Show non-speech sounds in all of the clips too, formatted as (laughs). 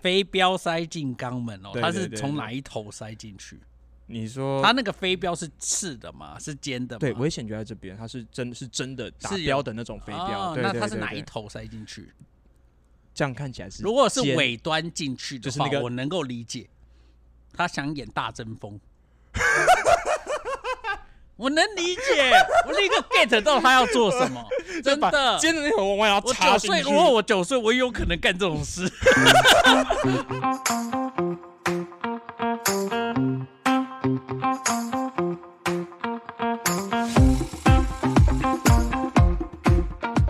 飞镖塞进肛门哦，对它对是对从对哪一头塞进去？你说它那个飞镖是刺的吗？是尖的吗？对，危险就在这边，它是真是真的打是有标的那种飞镖。哦对那对它是对哪对一头塞进去？这样看起来是尖，如果是尾端进去的就是话，那个我能够理解，他想演大争锋， (laughs) 我能理解，我立刻 get 到他要做 (laughs) 什么，真把的。尖的那种往外要我插九进岁，去如。果我九岁，我也有可能干这种事。 (laughs)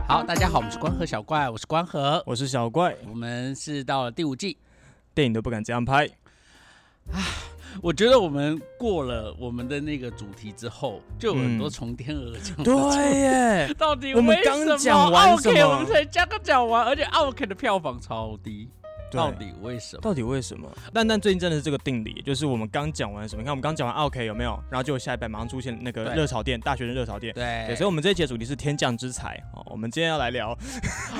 好，大家好，我们是关河小怪，我是关河，我是小怪，我们是到了第五季，电影都不敢这样拍。我觉得我们过了我们的那个主题之后，就有嗯很多从天而降。对耶，到底我们为刚什么讲完什 OK，么我们才刚刚讲完，而且 OK 的票房超低，对到底为什么？到底为什么？蛋蛋最近真的是这个定理，就是我们刚讲完什么？你看我们刚讲完啊 OK 有没有？然后就下一版马上出现那个对热炒店，大学生热炒店。对，对，所以，我们这一节主题是天降之才哦。我们今天要来聊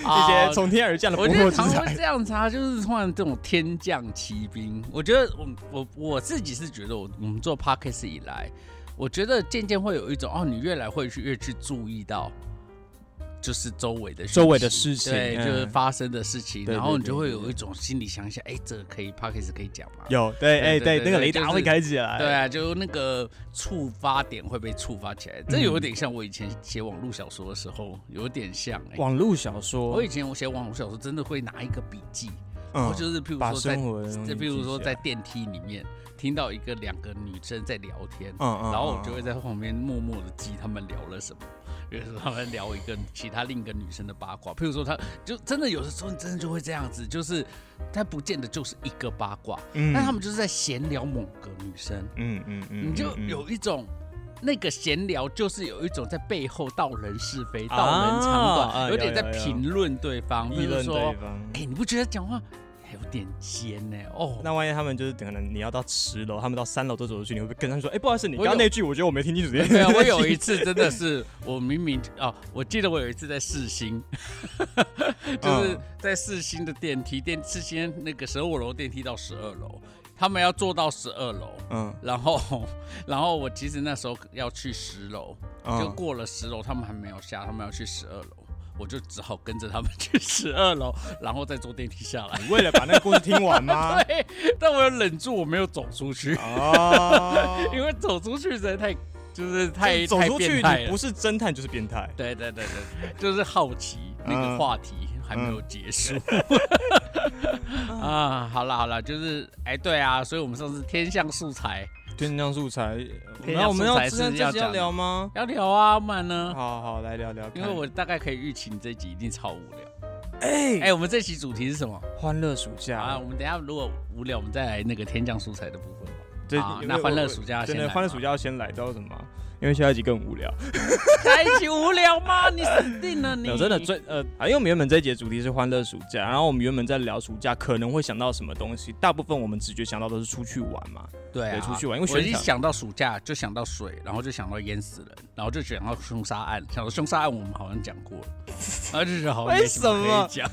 一啊些从天而降的不我觉得惑之常常会才。这样子啊，就是突然这种天降奇兵。我觉得我我我自己是觉得我我们做 podcast 以来，我觉得渐渐会有一种哦，你越来会去越去注意到，就是周围的讯息周围的事情对，嗯就是发生的事情，对然后对你就对会对有一种心里想想，哎，这个可以 podcast 可以讲吗？有对，哎，对对对，对那个雷就达是会开起来。对啊，就那个触发点会被触发起来，嗯这有点像我以前写网络小说的时候，有点像、欸。网络小说，我以前我写网络小说，真的会拿一个笔记，嗯我就是譬如把说在生活的东西这比如说记下在来电梯里面听到一个两个女生在聊天，嗯嗯然后我嗯就会在旁边默默的记他们聊了什么。比如说他们聊一个其他另一个女生的八卦，譬如说他就真的有的时候你真的就会这样子，就是他不见得就是一个八卦，嗯但他们就是在闲聊某个女生，嗯嗯嗯，你就嗯有一种。那个闲聊就是有一种在背后道人是非、道人长短，啊啊有点在有有有评论对方，议比如论说嗯对方。哎、你不觉得讲话有点尖呢、哦， (laughs) 那万一他们就是可能你要到十楼，他们到三楼都走出去，你会不会跟他们说：“哎、不好意思，你我刚刚有那句我觉得我没听清楚。”对啊，我 (laughs) 有一次真的是，我明明哦，我记得我有一次在世新， (laughs) 就是嗯在世新的电梯，电世新那个十五楼电梯到十二楼，他们要坐到十二楼，嗯，然后然后我其实那时候要去十楼，嗯就过了十楼，他们还没有下，他们要去十二楼。我就只好跟着他们去十二楼，然后再坐电梯下来。 (laughs) 你为了把那个故事听完吗？对，但我有忍住，我没有走出去。 (laughs) 哦，因为走出去实在太就是 (laughs) 太走出去，你不是是侦探就是变态。对对对对，就是好奇那个嗯话题还没有结束 (laughs) 啊、好了好了，就是哎对啊，所以我们上次天象素材天降素材，天降素材那我们要是这要这集讲要的 (laughs) 聊吗？要聊啊，不然呢？好好来聊聊看，因为我大概可以预期你这集一定超无聊。哎、哎、我们这期主题是什么欢乐暑假啊？我们等一下如果无聊，我们再来那个天降素材的部分吧。这啊因为那欢乐我暑假要真先的来欢乐吗暑假要先来，知道为什么吗？因为下一集更无聊。下一集无聊吗？你死定了你！我真的最呃，啊因为我们原本这一节主题是欢乐暑假，然后我们原本在聊暑假可能会想到什么东西，大部分我们直觉想到都是出去玩 (laughs) 嘛。对啊，对出去玩因为我选一项想到暑假就想到水，然后就想到淹死人，然后就想到凶杀案，想到凶杀案我们好像讲 (laughs) 过了，然后就觉得好像没为什么么可以讲，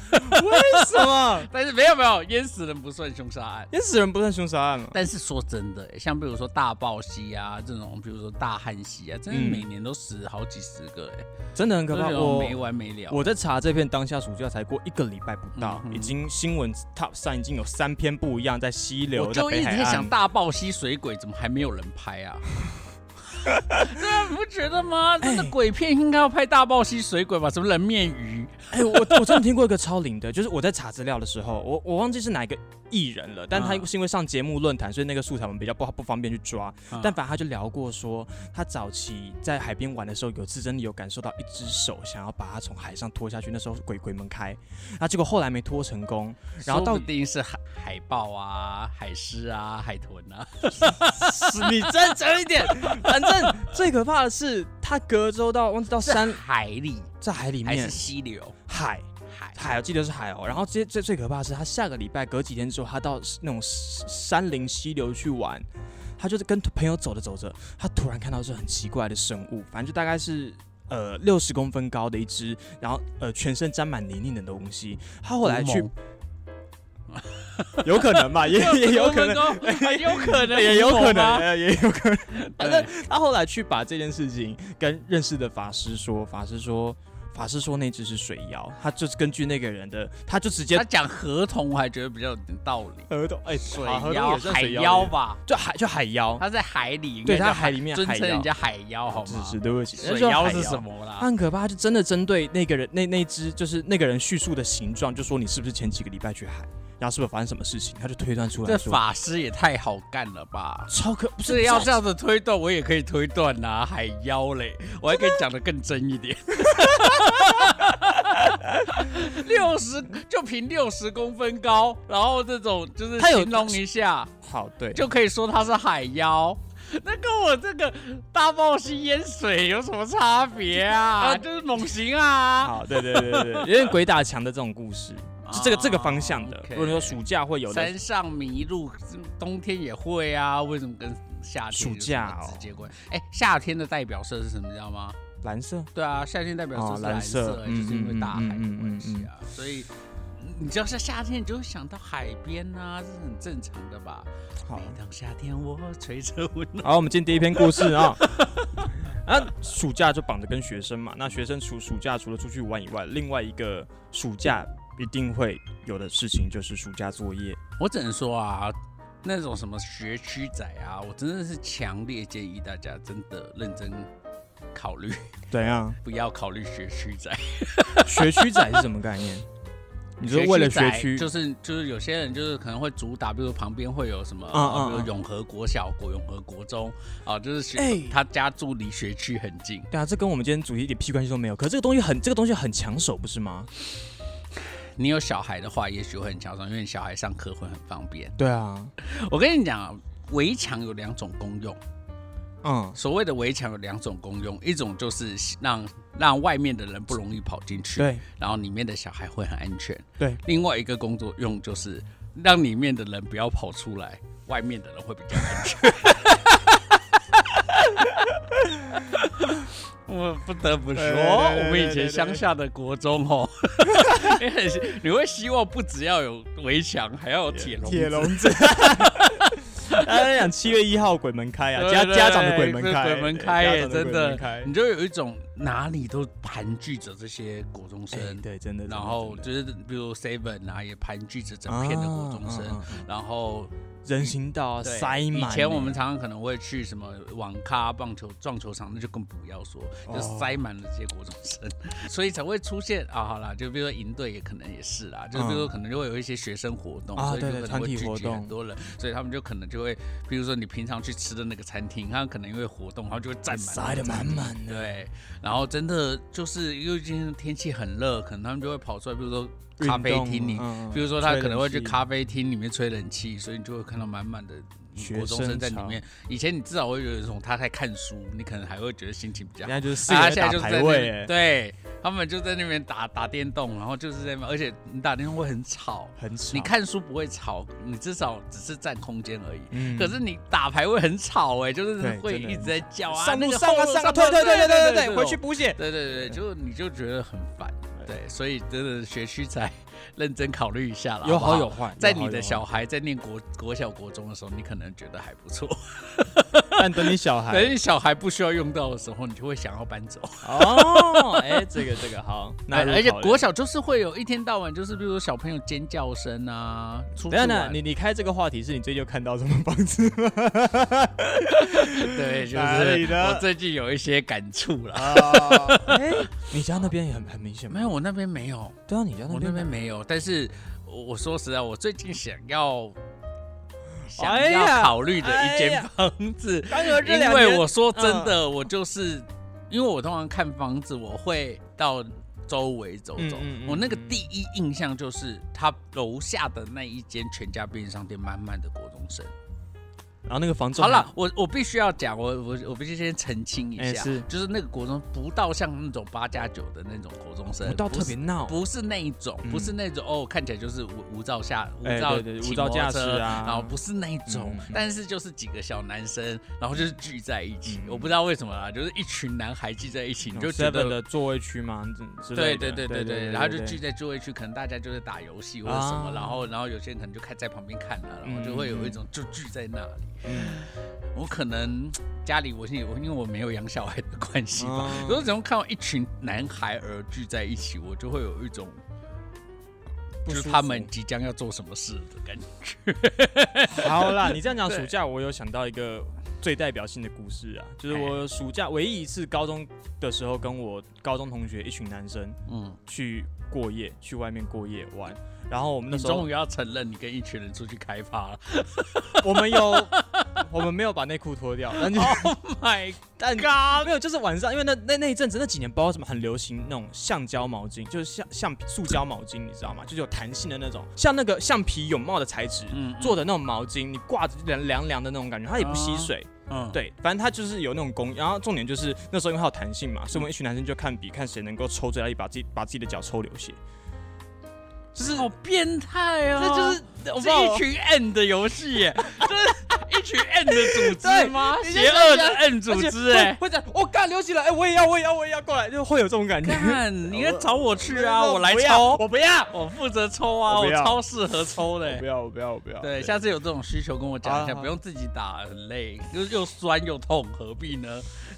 为什么？但是没有没有淹死人不算凶杀案。 (laughs) 淹死人不算凶杀案吗？但是说真的，像比如说大爆溪啊这种，比如说大旱溪啊，真的嗯每年都死好几十个哎、欸，真的很可都怕。觉得我没啊完没了。我在查这篇当下暑假才过一个礼拜不到，嗯哼已经新闻 top 上已经有三篇不一样，在溪流，我在就一北直海在岸想，大爆溪水鬼怎么还没有人拍 (laughs) 啊？对啊，你不觉得吗？真的鬼片应该要拍大爆溪水鬼吧？什么人面 (laughs) 鱼？哎、我我真的听过一个超灵的，就是我在查资料的时候，我我忘记是哪一个艺人了，但他嗯是因为上节目论坛，所以那个素材我们比较不不方便去抓。嗯但反正他就聊过说，他早期在海边玩的时候，有次真的有感受到一只手想要把他从海上拖下去，那时候鬼鬼门开，啊，结果后来没拖成功，然后说到不定是海海豹啊、海狮啊、海豚啊，死 (laughs) 你真诚一点。反正最可怕的是，他隔周到忘记到山 (laughs) 山海里在海里还面是溪流？海。海海，我记得是海哦。然后最最最可怕的是，他下个礼拜隔几天之后，他到那种山山林溪流去玩，他就是跟朋友走着走着，他突然看到是很奇怪的生物，反正就大概是。呃，六十公分高的一只，然后呃，全身沾满泥泙的东西。他后来去乌，有可能吧，也 (laughs) 也有可能，能，有可能， (laughs) 也有可能，啊。呃呃也有可能。反对正他后来去把这件事情跟认识的法师说，法师说，法师说那只是水妖，他就是根据那个人的，他就直接他讲合同，我还觉得比较有点道理。河东哎，水好河东妖、也算海水妖妖吧，吧，就海就海妖，他在海里，对应该叫他海里面尊海称妖人家海妖哦好是吗？是，对不起，水妖是么？什么他啦？很可怕，他就真的针对那个人，那那只就是那个人叙述的形状，就说你是不是前几个礼拜去海，然后是不是发生什么事情，他就推断出来这说，法师也太好干了吧！超可不这是个要超这样子推断，我也可以推断呐、海妖嘞，我还可以讲的更真一 (laughs) 点。六十就凭六十公分高，然后这种就是他有形容一下，好对，就可以说他是海妖。那跟我这个大冒吸烟水有什么差别啊？啊就是猛禽啊！好对对对对，对有点鬼打墙的这种故事，是这个这个方向的啊。，OK 如果你说暑假会有的，山上迷路，冬天也会啊，为什么跟夏天有暑假什么哦直接关？哎、夏天的代表色是什么？你知道吗？蓝色对啊，夏天代表色哦是蓝色，哎色就是因为大海的嗯嗯嗯嗯关系啊，所以。你只要是夏天，你就会想到海边啊，这是很正常的吧？好每。当夏天，我吹着温暖。好，我们进第一篇故事啊。 (laughs) 啊，暑假就绑着跟学生嘛。那学生除暑假除了出去玩以外，另外一个暑假一定会有的事情就是暑假作业。我只能说啊，那种什么学区仔啊，我真的是强烈建议大家真的认真考虑，怎样？不要考虑学区仔。学区仔是什么概念？ (laughs) 你说为了学宅区，就是就是有些人就是可能会主打，比如旁边会有什么，嗯嗯啊比嗯如永和国小、国永和国中啊，就是学、哎他家住离学区很近，对啊，这跟我们今天主题一点屁关系都没有。可是这个东西很，这个东西很抢手，不是吗？你有小孩的话，也许会很巧手，因为你小孩上课会很方便。对啊，我跟你讲啊，围墙有两种功用，嗯，所谓的围墙有两种功用，一种就是让让外面的人不容易跑进去，对然后里面的小孩会很安全；对，另外一个工作用就是让里面的人不要跑出来，外面的人会比较安全。 (laughs) 我不得不说，对对对对我们以前乡下的国中哦，你 (laughs) 很你会希望不只要有围墙，还要有铁笼子。子。 (laughs) 大家在讲七月一号鬼门开啊，对家对家长对的鬼门对开，鬼门开家耶长的真鬼门的开你就有一种哪里都盘踞着这些国中生，哎对，真的。然后真的就是比如 Seven 啊，也盘踞着整片的国中生，啊嗯嗯嗯然后人行道啊对塞满欸。以前我们常常可能会去什么网咖、棒球、撞球场，那就更不要说，哦就塞满了这些国中生，所以才会出现啊。好啦，就比如说营队也可能也是啦，就是比如说可能就会有一些学生活动，啊所以就对对可能会团体聚活集动很多人，所以他们就可能就会，比如说你平常去吃的那个餐厅，他可能因为活动，然后就会占满，塞得满满的。对，然后真的就是因为今天天气很热，可能他们就会跑出来，比如说咖啡厅里，里比如说他可能会去咖啡厅里面吹冷气，所以你就会看到满满的学国中生生在里潮面。以前你至少会有一种他在看书，你可能还会觉得心情比较人好。家就是四啊，个现在人打就是在排那位边欸，对，他们就在那边打打电动，然后就是在那边，而且你打电动会很吵。很吵。你，看书不会吵，你至少只是占空间而已。嗯可是你打牌会很吵哎、就是对会真的一直在叫啊，上那路个上后啊路上啊，上对对对对对对对对，回去补血。对对对，对就你就觉得很烦，对，所以真的学区仔认真考虑一下啦，有好不好好有。坏，在有好你的有小孩在念国国小国中的时候，你可能觉得还不错，坏， (laughs) 但等你小等孩你小孩不需要用到的时候，你就会想要搬走。 (laughs) 哦，哎，这个这个好，那而且国小就是会有一天到晚就是，比如说小朋友尖叫声啊，出去等一下呢，玩你你开这个话题是你最近有看到什么房 (laughs) 子吗？对，就哪里是的我最近有一些感触啦。哎， (laughs) 你家那边也很很明显吗没？有，我那边没有，对啊，你家我那那边边没有，但是我我说实在，我最近想要想哎呀要考虑的一哎间呀房子，刚有这因两为年嗯我说真的，我就是因为我通常看房子，我会到周围走走嗯嗯嗯。我那个嗯第一印象就是，他楼下的那一间全家便利商店，满满的国中生。然后那个房仲好还了，，我我必须要讲，我我我必须先澄清一哎下，是就是那个国中不到像那种八加九的那种国中生，不到特是别闹，不是那一种，不是那种哦，看起来就是无无照下无嗯哎照对对骑无照摩托驾驶车啊然后不是那一种嗯嗯，但是就是几个小男生，然后就是聚在一起，我不知道为什么啦，就是一群男孩聚在一起，你就觉嗯 seven 得。的座位区嘛，之之对类的对对对对，然后就聚对在座位区，可能大家就是打游戏或者什么，啊然后然后有些人可能就看在旁边看了，然后嗯就会有嗯一种就聚在那里。嗯我可能家里我现在我因为我没有养小孩的关系吧，嗯 (laughs) 有时候看到一群男孩儿聚在一起，我就会有一种不就舒是服他们即将要做什么事的感觉。好啦，你这样讲，对暑假我有想到一个最代表性的故事啊，就是哎我暑假唯一一次高中的时候，跟我高中同学一群男生嗯，去过夜，去外面过夜玩。然后我们那你时候终于要承认你跟一群人出去开趴 (laughs) 了。我们有， (laughs) 我们没有把内裤脱掉，但就 Oh my 但嘎没有，就是晚上，因为那那那一阵子那几年，不知道怎么很流行那种橡胶毛巾，就是像像塑胶毛巾，你知道吗？就是有弹性的那种，像那个橡皮泳帽的材质、嗯嗯做的那种毛巾，你挂着就凉凉凉的那种感觉，它也不吸水。嗯，对，反正它就是有那种功，然后重点就是那时候因为它有弹性嘛，所以我们一群男生就看比看谁能够抽最大力，把自己把自己的脚抽流血。就是好变态哦，这就是我不知道是一群 N 的游戏 (laughs) 耶，这是一群 N 的组织对吗？你就邪恶的想 N 组织哎。会会讲我干流血了，哎、我也要，我也要，我也要过来，就会有这种感觉。看，你应该找我去啊，我我来不要抽，我不要，我负责抽啊，我我不要超适合抽的欸不。要，我不要，我不要。对，下次有这种需求跟我讲一下，好好不用自己打，很累，又又酸又痛，何必呢？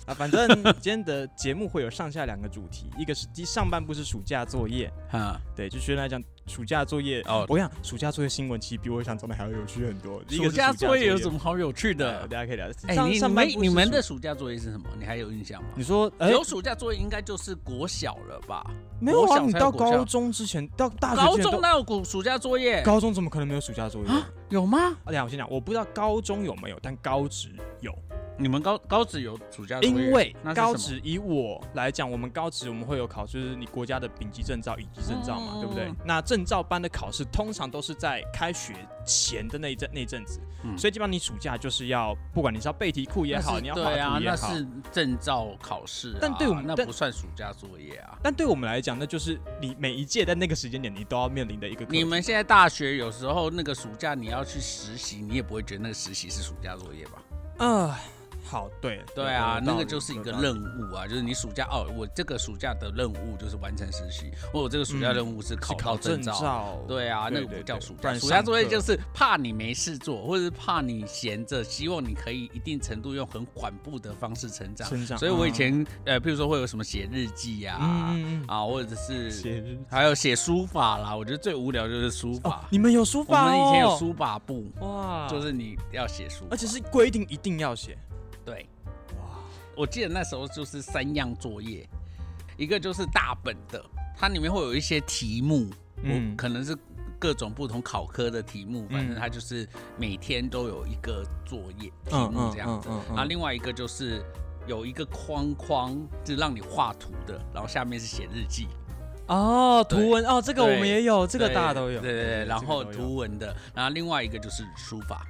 啊，反正今天的节目会有上下两个主题，一个是第上半部是暑假作业，哈，对，就学来讲暑假作业哦我想暑假作业新闻其实比我想中的还要有趣很多。一个暑是假作业有什么么好有趣的？大家可以聊。哎，上你上们半部你是们暑的暑假作业是什么？你还有印象吗？你说哎、有暑假作业应该就是国小了吧？没有国啊？小你才到有国高小中之前，到大学高之前中都那有暑暑假作业啊高中怎么可能没有暑假作业？啊啊，有吗？等一下我先讲，我不知道高中有没有，但高职有。你们高高职有暑假作业？因为那是高什么职以我来讲，我们高职我们会有考，就是你国家的丙级证照、乙级证照嘛，嗯对不对？那证照班的考试通常都是在开学前的那一阵那一阵子，嗯所以基本上你暑假就是要，不管你是要背题库也那好，是你要画对啊，图也那好。是证照考试啊，但对我们那但不算暑假作业啊。但对我们来讲，那就是你每一届在那个时间点，你都要面临的一个课题。你们现在大学有时候那个暑假你要去实习，你也不会觉得那个实习是暑假作业吧？啊、好，对对啊，那个就是一个任务。务啊，就是你暑假哦，我这个暑假的任务就是完成实习，或我这个暑假任务是嗯是考考到证证照。照，对啊，那对个不对叫对暑不假，然暑假上作业课就是怕你没事做，或者是怕你闲着，希望你可以一定程度用很缓步的方式成长。成长所以我以嗯前呃，譬如说会有什么写日记呀，嗯嗯嗯啊，或者是写日还有写书法啦，我觉得最无聊就是书哦法，。你们有书我法哦？们以前有书法部，哇，就是你要写书法，而且是规定一定要写。对。哇，我记得那时候就是三样作业，一个就是大本的，它里面会有一些题目，嗯我可能是各种不同考科的题目，反正它就是每天都有一个作业题目这样子。嗯嗯嗯嗯嗯然后另外一个就是有一个框框，就是让你画图的，然后下面是写日记。哦，对图文哦，这个我们对也有，这个对大家都有。对对对，然后这个都有图文的，然后另外一个就是书法，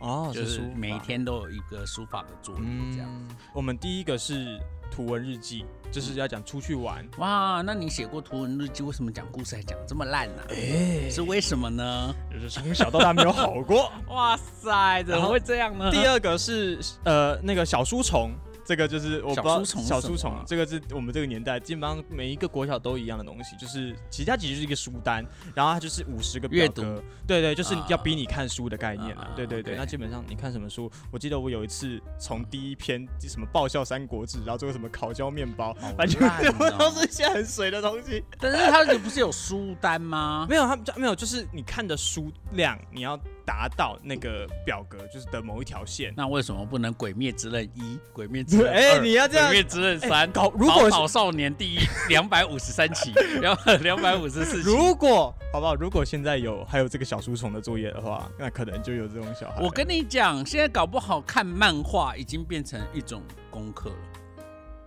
哦，就是是书法每天都有一个书法的作业这样。嗯嗯，我们第一个是图文日记，就是要讲出去玩。哇，那你写过图文日记，为什么讲故事还讲这么烂呢、哎，是为什么呢？就是从小到大没有好过。哇塞，怎么会这样 (laughs) 呢？第二个是呃那个小书虫。这个就是我不知小道书虫是小书什虫么啊，这个是我们这个年代基本上每一个国小都一样的东西，就是其他其实就是一个书单，然后它就是五十个表阅读格，对对，就是啊要逼你看书的概念啊了，对对对。 OK 那基本上你看什么书，我记得我有一次从第一篇什么爆笑三国志，然后最后什么烤焦面包好，反正烂哦全部都是一些很水的东西。但是他不是有书单吗？(laughs) (laughs) 没有，他们没有，就是你看的书量你要达到那个表格就是的某一条线，那为什么不能《鬼灭之刃》一、《鬼灭之刃》哎二你要这样哎鬼灭之刃》三》搞如果宝是岛少年第一两百五十三期， (laughs) 两两百五十四期。如果好不好？如果现在有还有这个小书虫的作业的话，那可能就有这种小孩了。我跟你讲，现在搞不好看漫画已经变成一种功课了。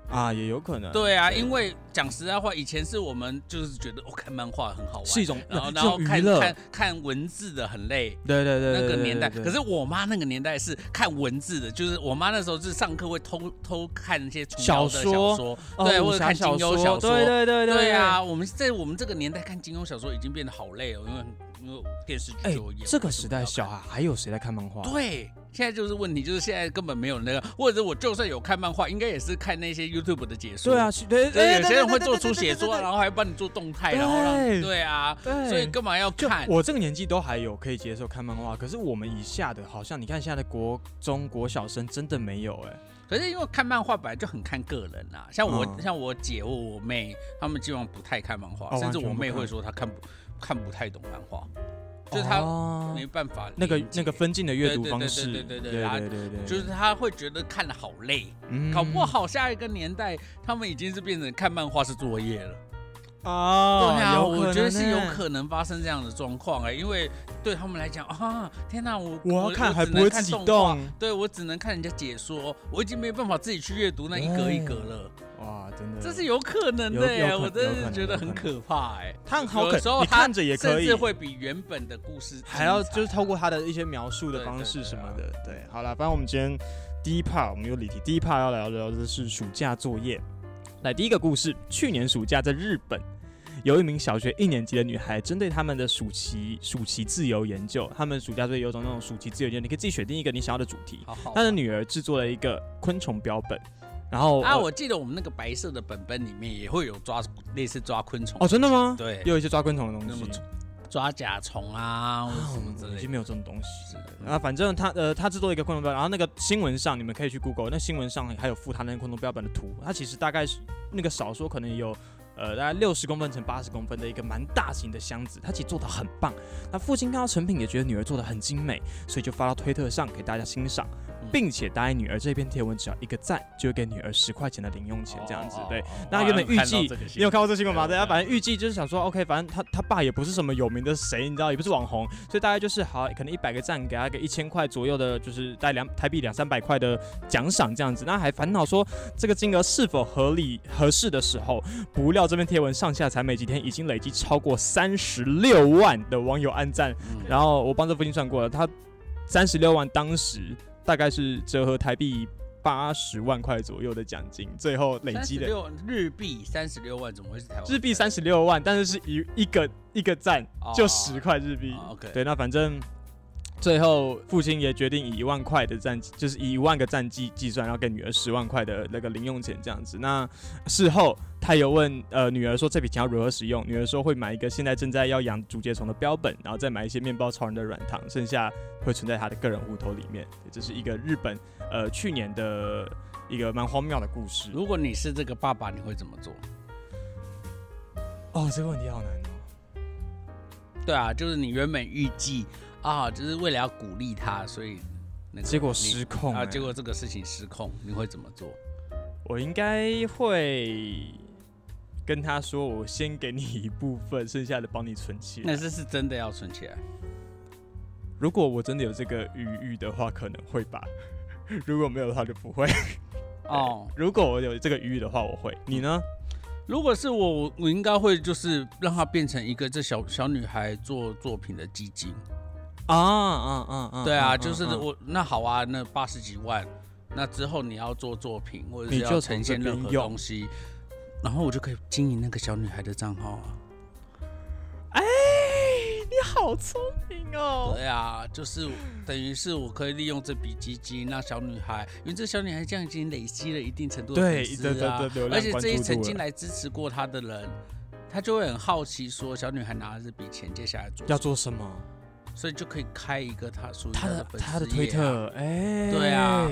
啊，也有可能。对啊，因为讲实在话，以前是我们就是觉得哦，看漫画很好玩，是一种然后一然后种娱看乐。看看文字的很累。对对对，那对个年代，对对可是我妈那个年代是看文字的，就是我妈那时候是上课会偷偷看一些琼瑶的小小说说，哦对，武或者侠看金庸小说对对对对呀、啊，我们在我们这个年代看金庸小说已经变得好累哦，因为因为电视剧哎有演、，这个时代小小孩。孩还有谁在看漫画？对，啊现在就是问题，就是现在根本没有那个，或者我就算有看漫画，应该也是看那些 YouTube 的解说。对啊，，是对，对对，有些人会对做出写作，，啊然后还帮你做动态，然后让对对啊，对对对对对所以干嘛要就看？我这个年纪都还有可以接受看漫画，可是我们以下的，好像你看现在的国中国小生真的没有哎、可是因为看漫画本来就很看个人啊，像我、嗯像我姐或我妹，她们基本上不太看漫画，哦甚至完全我妹不看会说她看不看不太懂漫画，就是她哦没办法那个理解那个分镜的阅读方式，对对对对对对然后对对对，就是他会觉得看的好累，嗯搞不好下一个年代他们已经是变成看漫画是作业了。哦，对啊，有可能我觉得是有欸可能发生这样的状况哎，因为对他们来讲啊，天哪，我我要看还只不能会看自己动画，动，对我只能看人家解说，哦我已经没办法自己去阅读那一格一格了，哇，真的，这是有可能的有有哎，可我真有的可是能觉得有可很能可怕哎。看好有可的时候你他看着也甚可以至，会比原本的故事还要精彩啊就是透过他的一些描述的对方对式对什么啊的，对，好了，反正我们今天第一 part 我们又离题，第一 part 要聊聊的是暑假作业。来，第一个故事，去年暑假在日本。有一名小学一年级的女孩，针对他们的暑期暑期自由研究，他们暑假作业有种那种暑期自由研究，你可以自己选定一个你想要的主题。好好她的女儿制作了一个昆虫标本，然后啊，呃我记得我们那个白色的本本里面也会有抓类似抓昆虫哦，真的吗？对，也有一些抓昆虫的东那西么。抓甲虫啊，或者啊什么之我已类经的。嗯没有这种东西。是啊，反正他呃，他制作一个昆虫标本，然后那个新闻上你们可以去 Google，那新闻上还有附他那个昆虫标本的图，它其实大概是那个少说可能有呃大概六十公分乘八十公分的一个蛮大型的箱子，它其实做的很棒。那父亲看到成品也觉得女儿做的很精美，所以就发到推特上给大家欣赏，嗯并且答应女儿这篇贴文只要一个赞，就会给女儿十块钱的零用钱这样哦子。对，，那原本预计你有看过这新闻吗？对啊，反正预计就是想说，OK，反正他他爸也不是什么有名的谁，你知道，也不是网红，所以大概就是好，可能一百个赞给他个一千块左右的，就是带两台币两三百块的奖赏这样子。那还烦恼说这个金额是否合理合适的时候，不料这篇贴文上下才没几天，已经累积超过三十六万的网友按赞。嗯然后我帮这父亲算过了，他三十六万当时大概是折合台币。八十万块左右的奖金，最后累积的六日币三十六万，怎么会是台湾日币三十六万，但是是一一个一个赞哦就十块日币。哦？OK，对，那反正最后父亲也决定以一万块的战绩，就是以一万个战绩计算，然后给女儿十万块的那个零用钱这样子。那事后他有问呃女儿说这笔钱要如何使用，女儿说会买一个现在正在要养竹节虫的标本，然后再买一些面包超人的软糖，剩下会存在他的个人户头里面。对这是一个日本呃去年的一个蛮荒谬的故事。如果你是这个爸爸，你会怎么做？哦，这个问题好难哦。对啊，就是你原本预计啊，就是为了要鼓励他，所以那个结果你失控、啊，欸结果这个事情失控，你会怎么做？我应该会跟他说，我先给你一部分，剩下的帮你存起来那这是真的要存起来。如果我真的有这个余裕的话，可能会吧。 (laughs) 如果没有的话就不会。哦，如果我有这个余裕的话，我会。你呢？如果是我，我我应该会就是让她变成一个这小小女孩做作品的基金。啊啊啊啊对啊，就是我那好啊，那八十几万，那之后你要做作品或者是你要就呈从现这任边何用东西，然后我就可以经营那个小女孩的账号啊。哎，你好聪明哦。对啊，就是等于是我可以利用这笔基金让小女孩，因为这小女孩这样已经累积了一定程度的对粉丝对对啊对流，量而且关这一注曾度经了来支持过她的人，她就会很好奇说小女孩拿了这笔钱接下来做什要么，做什么？所以就可以开一个她属于他的的粉丝他的推页啊特，哎，对啊，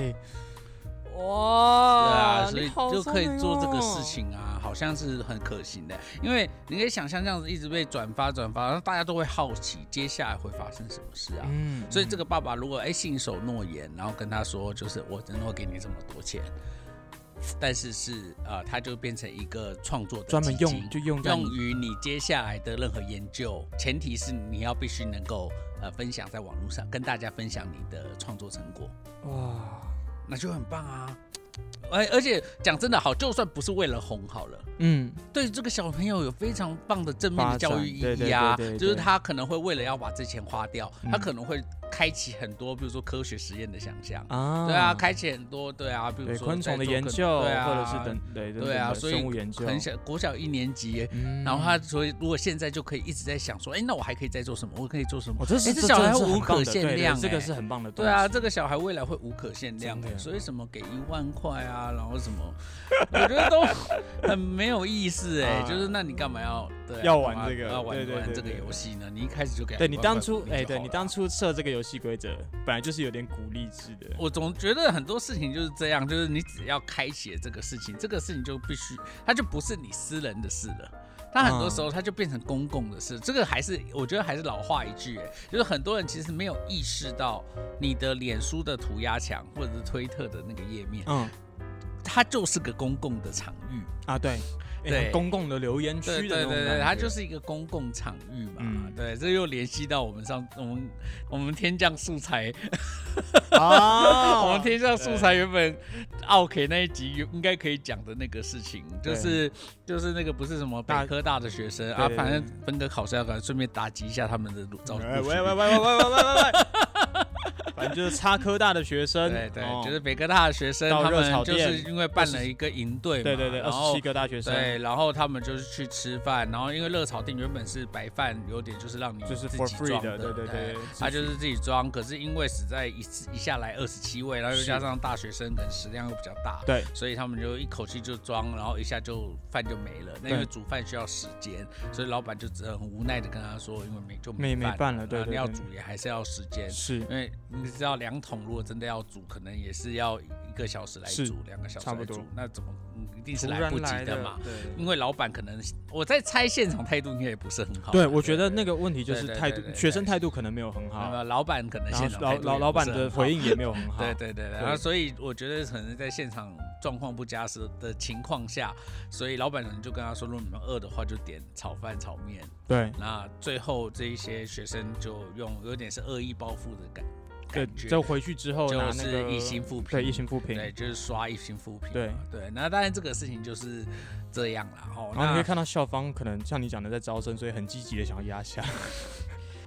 对哇啊，所以哦就可以做这个事。情啊，好像是很可行的，因为你可以想象这样子一直被转发转发，然后大家都会好奇接下来会发生什么事啊。嗯所以这个爸爸如果哎信守诺言，然后跟他说就是我真的会给你这么多钱，但是是呃，他就变成一个创作的专门基金用就用在你用于你接下来的任何研究，前提是你要必须能够呃分享在网络上跟大家分享你的创作成果，哇，那就很棒啊。而而且讲真的，好，就算不是为了红好了，嗯，对这个小朋友有非常棒的正面的教育意义发展啊对对对对对，就是他可能会为了要把这钱花掉，嗯他可能会开启很多，比如说科学实验的想象。啊对啊，开启很多对啊，比如对说昆虫在的做研各种究，对啊，或者是等对等对啊等的所以生物研究，很小国小一年级，嗯然后他所以如果现在就可以一直在想说，哎，那我还可以再做什么？我可以做什么？哎哦，这是诶这这小真的孩是无很棒可的限对对量这欸个是很棒的东对啊，西这个小孩未来会无可限量真的的，所以什么给一万块啊，然后什么， (laughs) 我觉得都很没有意思哎、啊就是那你干嘛要对啊、要玩干嘛这个要对玩对玩对这个对游戏呢？你一开始就给他对1你万当块初鼓励哎，就对好你了当初设这个游戏规则，本来就是有点鼓励制的。我总觉得很多事情就是这样，就是你只要开启了这个事情，这个事情就必须，它就不是你私人的事了。它很多时候它就变成公共的事，这个还是我觉得还是老话一句、欸，就是很多人其实没有意识到你的脸书的涂鸦墙或者是推特的那个页面，嗯它就是个公共的场域。啊，对，哎对很公共的留言区对的那对种对对，感它觉就是一个公共场域嘛。嗯对，这又联系到我们上我们我们天降素材啊， (laughs) 我们天下素材原本奥 K 那一集应该可以讲的那个事情，对就是就是那个不是什么大北科大的学生对啊，对反正分个考试要赶，顺便打击一下他们的路照喂路哎喂数喂喂喂喂喂喂 (laughs) 喂，反正就是插科大的学生，对对，哦就是北科大的学生，到他热炒们就是店因为办了一个营队嘛，对对对，然二十后七个大学生，对，然后他们就是去吃饭，然后因为热炒店原本是白饭，有点就是让你就是自 for 己 free 装的，对对对，对他就是自己装，可是因为实在一次一下来二十七位，然后又是加上大学生，可能食量又比较大，对所以他们就一口气就装，然后一下就饭就没了。那因为煮饭需要时间，所以老板就只很无奈的跟他说，因为没就没没没办饭了对然后对你要对煮也还是要时间，是因为你知道两桶如果真的要煮，可能也是要一个小时来是煮，两个小时差不来多煮，那怎么嗯一定是突来然不及来的嘛？对因为老板可能我在猜现场态度应该也不是很好啦，啊对，我觉得那个问题就是对对态对度对，对学生态度可能没有很那好，么老板可能然现后场老态度老也老不板是很的好回应也没有 (laughs) 很好，对对对对，然后所以我觉得可能在现场状况不佳时的情况下，所以老板可能就跟他说，如果你们饿的话就点炒饭、炒面。对那最后这一些学生就用有点是恶意报复的感对，感觉，就回去之后拿就那是个一星复评，对一星复评，对，就是刷一星复评嘛。对对，那当然这个事情就是这样啦。哦，然后你可那以看到校方可能像你讲的在招生，所以很积极的想要 (laughs) 压下，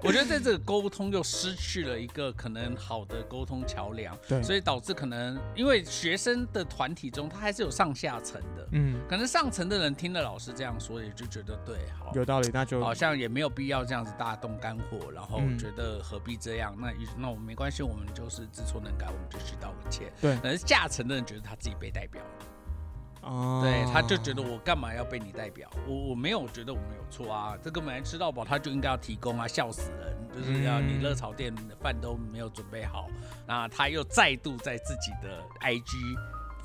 我觉得在这个沟通又失去了一个可能好的沟通桥梁，对所以以导致可能因为学生的团体中，他还是有上下层的。嗯可能上层的人听了老师这样说，也就觉得对，好，有道理，那就好像也没有必要这样子大动肝火，然后嗯觉得何必这样？那于那我们没关系，我们就是知错能改，我们就去道个歉。对可能下层的人觉得他自己被代表了，啊对，他就觉得我干嘛要被你代表？我我没有觉得我们有错啊，这根本来吃到饱，他就应该要提供啊，笑死人！就是要嗯你热炒店的饭都没有准备好，那他又再度在自己的 IG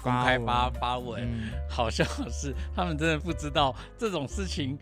公开发发文，嗯 (laughs) 好像是他们真的不知道这种事情，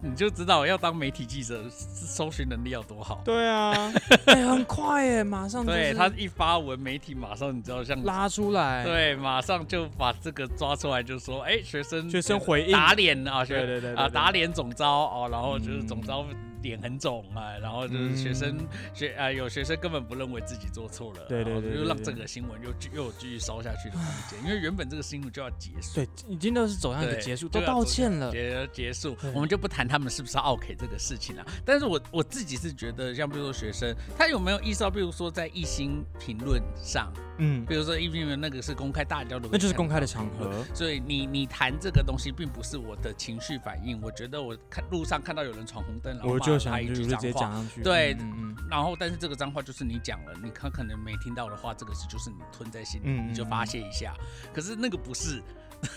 你就知道要当媒体记者搜寻能力有多好。(laughs) 对啊，哎，很快耶，马上就是对他一发文，媒体马上你知道像拉出来，对，马上就把这个抓出来，就说哎、学生学生回应打脸啊，学对对对对啊对打脸总招哦，然后就是嗯总招脸很肿啊，然后就是学生、学啊、有学生根本不认为自己做错了，对对然后对对就让对这个新闻又继又有继续烧下去的空 (sighs) 间，因为原本这个新闻就要结束。对，已经都是走向一个对结束，就都要道走歉了，结结束对，我们就不谈他们是不是 OK 这个事情了。但是我我自己是觉得，像比如说学生，他有没有意识到，比如说在一星评论上，嗯，比如说一星评论那个是公开，大家都那就是公开的场场合，所以你你谈这个东西，并不是我的情绪反应。我觉得我看路上看到有人闯红灯，然后我骂就了想他一就句直脏接话讲。上去，对嗯嗯然后，但是这个脏话就是你讲了，你看可能没听到的话，这个是就是你吞在心里，嗯嗯你就嗯发泄一下。可是那个不是，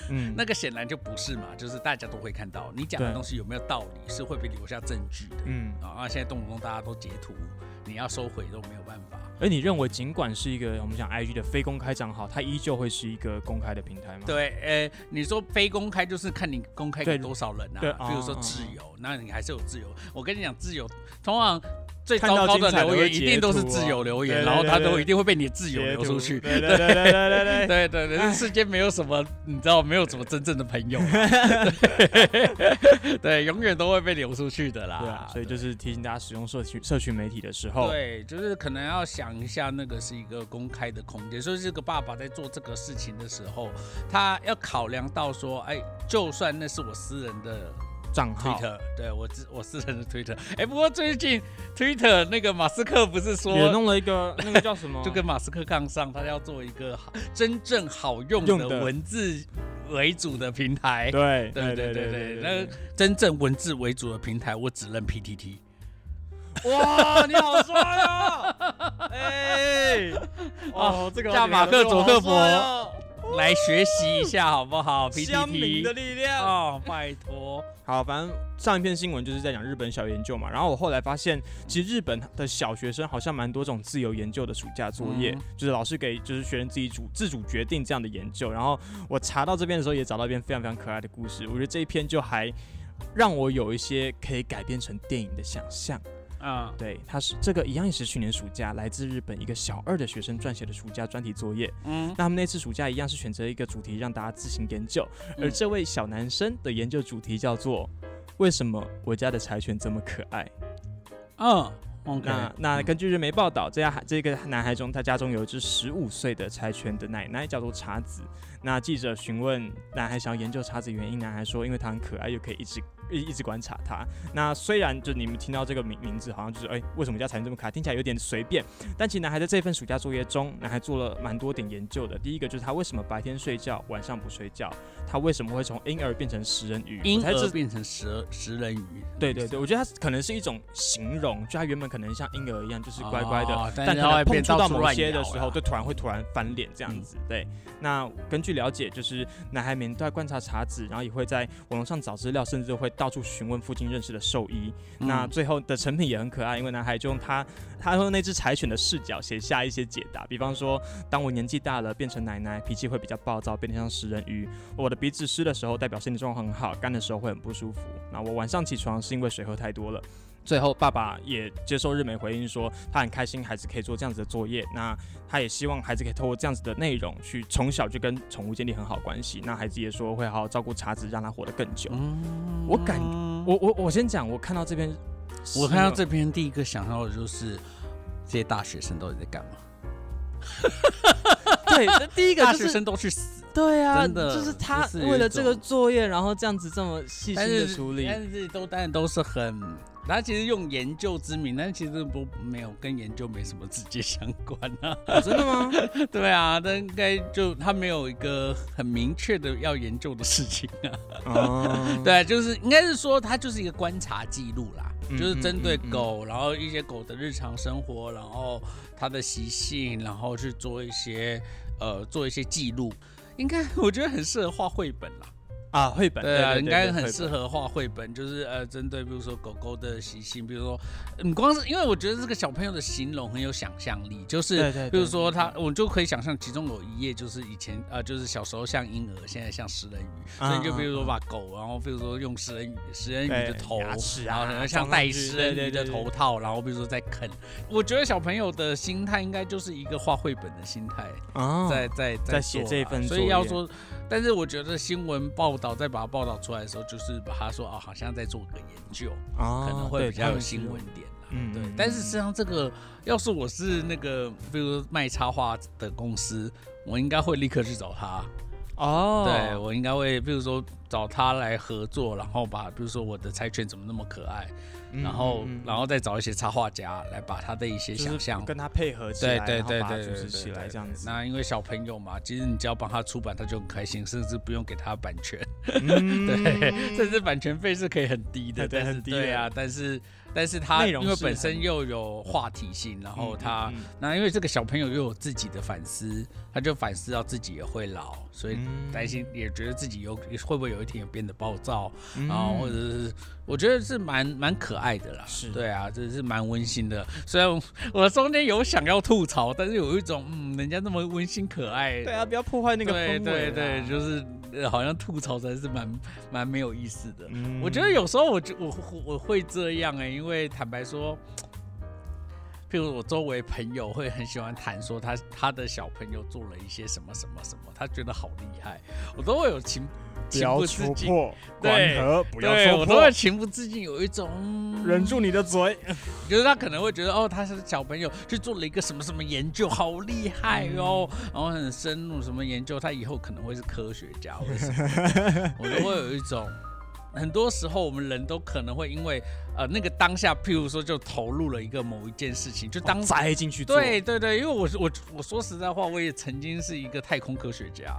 嗯，那个显然就不是嘛，就是大家都会看到你讲对的东西有没有道理，是会被留下证据的。嗯，啊啊！现在动不动大家都截图，你要收回都没有办法。而你认为尽管是一个我们讲 IG 的非公开账号，它依旧会是一个公开的平台吗？对，呃，你说非公开就是看你公开给对多少人啊对，比如说哦自由，那你还是有自由。我跟你讲，自由通常最看到糟糕的精彩留都会言一定都是截图自由哦留言，对然后对他对都对一定会被你自由流出去。对对对对对对对对对，这世间没有什么，你知道，没有什么真正的朋友啊，对对，永远都会被流出去的啦。对啊！所以就是提醒大家使用社群社群媒体的时候，对，就是可能要想一下，那个是一个公开的空间，所以这个爸爸在做这个事情的时候，他要考量到说，哎，就算那是我私人的账号 Twitter，对我私我私人的 Twitter，哎，不过最近 Twitter 那个马斯克不是也说。弄了一个那个叫什 (laughs) 么，就跟马斯克杠上，他要做一个好真正好用用的的文字为主的平台，对对对对对对，对那个真正文字为主的平台，我只认 PTT。哇，你好帅哦！ (laughs) 哎，哦，这个加马克佐克伯好帅哦来学习一下好不好乡民的？PTT 力量。哦，拜托，好，反正上一篇新闻就是在讲日本小研究嘛，然后我后来发现，其实日本的小学生好像蛮多这种自由研究的暑假作业，嗯就是老师给就是学生自己主自主决定这样的研究。然后我查到这边的时候，也找到一篇非常非常可爱的故事，我觉得这一篇就还让我有一些可以改编成电影的想象。嗯对，它是这个一样也是去年暑假来自日本一个小二的学生撰写的暑假专题作业。嗯那他们那次暑假一样是选择一个主题让大家自行研究，而嗯这位小男生的研究主题叫做。为什么我家的柴犬这么可爱？嗯，OK，那那根据日媒报道，这家这个男孩中，他家中有一只十五岁的柴犬的奶奶，叫做茶子。那记者询问男孩想要研究茶子原因，男孩说，因为它很可爱，又可以一直一一直观察它。那虽然就你们听到这个名名字，好像就是哎、为什么叫柴犬这么可爱，听起来有点随便，但其实男孩在这份暑假作业中，男孩做了蛮多点研究的。第一个就是他为什么白天睡觉，晚上不睡觉；他为什么会从婴儿变成食人鱼？婴我猜这儿变成食食人鱼，对对对，我觉得它可能是一种形容，就它原本可能像婴儿一样，就是乖乖的，哦但但是可它能会碰变触到到处某乱些的咬时啦候，就突然会突然翻脸嗯这样子。对，那根据了解，就是男孩每天都在观察茶子，然后也会在网络上找资料，甚至会到处询问附近认识的兽医。嗯那最后的成品也很可爱，因为男孩就用他他用那只柴犬的视角写下一些解答，比方说，当我年纪大了变成奶奶，脾气会比较暴躁，变得像食人鱼。我的鼻子湿的时候代表身体状况很好，干的时候会很不舒服。那我晚上起床是因为水喝太多了。最后，爸爸也接受日媒回应说，他很开心孩子可以做这样子的作业。那他也希望孩子可以透过这样子的内容，去从小就跟宠物建立很好关系。那孩子也说会好好照顾茶子，让他活得更久。嗯我感我我我先讲，我看到这边，我看到这 (laughs) 篇第一个想到的就是这些大学生到底在干嘛？对，那第一个大就学是生都去死，对啊，真的就是他就是有一为了这个种作业，然后这样子这么细心但的是处理，但是都当然都是很。他其实用研究之名，但其实不没有跟研究没什么直接相关啊。哦真的吗？ (laughs) 对啊，但应该就他没有一个很明确的要研究的事情啊。 (laughs) 哦， (laughs) 对，就是应该是说它就是一个观察记录啦，嗯就是针对嗯嗯嗯狗，然后一些狗的日常生活，然后它的习性，然后去做一些呃做一些记录。应该我觉得很适合画绘本啦，啊，绘本，对啊，对应该很。对对绘适合画绘本，就是呃，针对比如说狗狗的习性，比如说你光是因为我觉得这个小朋友的形容很有想象力，就是对对对比如说他，我就可以想象其中有一页就是以前呃，就是小时候像婴儿，现在像食人鱼，所以你就比如说把狗，然后比如说用食人鱼食人鱼的嗯对头，牙齿啊然后可能装像上戴去食对人对鱼的对对头套，然后比如说在啃。我觉得小朋友的心态应该就是一个画绘本的心态，本哦在在在做写这啦份所作以要业说，但是我觉得新闻报道再把它报道出来的时候，就是把它说哦，好像在做个研究，哦可能会对比较他有们是新闻点啦。嗯对嗯，但是实嗯际上这个，要是我是那个，比如说卖插画的公司，我应该会立刻去找他。哦，对我应该会，比如说找他来合作，然后把比如说我的柴犬怎么那么可爱，嗯然后、嗯嗯然后再找一些插画家来把他的一些就是想象。跟他配合起对来，对然后对把它对组对对织起来对这样子。那因为小朋友嘛，其实你只要帮他出版，他就很开心，甚至不用给他版权，嗯对，甚至版权费是可以很低的，对对但是很低的对啊，但是但是他内容因为是本很身又有话题性，然后他、嗯嗯那因为这个小朋友又有自己的反思，他就反思到自己也会老，所以嗯担心也觉得自己有会不会有一天也变得暴躁，嗯然后或者是我觉得是蛮蛮可爱的啦，是对啊，这是蛮温馨的。虽然我我中间有想要吐槽，但是有一种嗯，人家那么温馨可爱，对啊，不要破坏那个氛对围对啦。啊对，就是、呃好像吐槽才是蛮蛮没有意思的。嗯欸我觉得有时候我就我我我会这样哎、因为坦白说，譬如我周围朋友会很喜欢谈说他他的小朋友做了一些什么什么什么，他觉得好厉害，我都会有情不情要不戳自禁，破对管和，不要对戳我都会破，情不自禁有一种嗯忍住你的嘴。就是他可能会觉得哦，他是小朋友去做了一个什么什么研究，好厉害哦，然后很深入什么研究，他以后可能会是科学家或者什么的，我都会有一种。很多时候，我们人都可能会因为呃那个当下，譬如说就投入了一个某一件事情，就 (laughs) 当栽进哦去做，对对对，因为我是我我说实在话，我也曾经是一个太空科学家，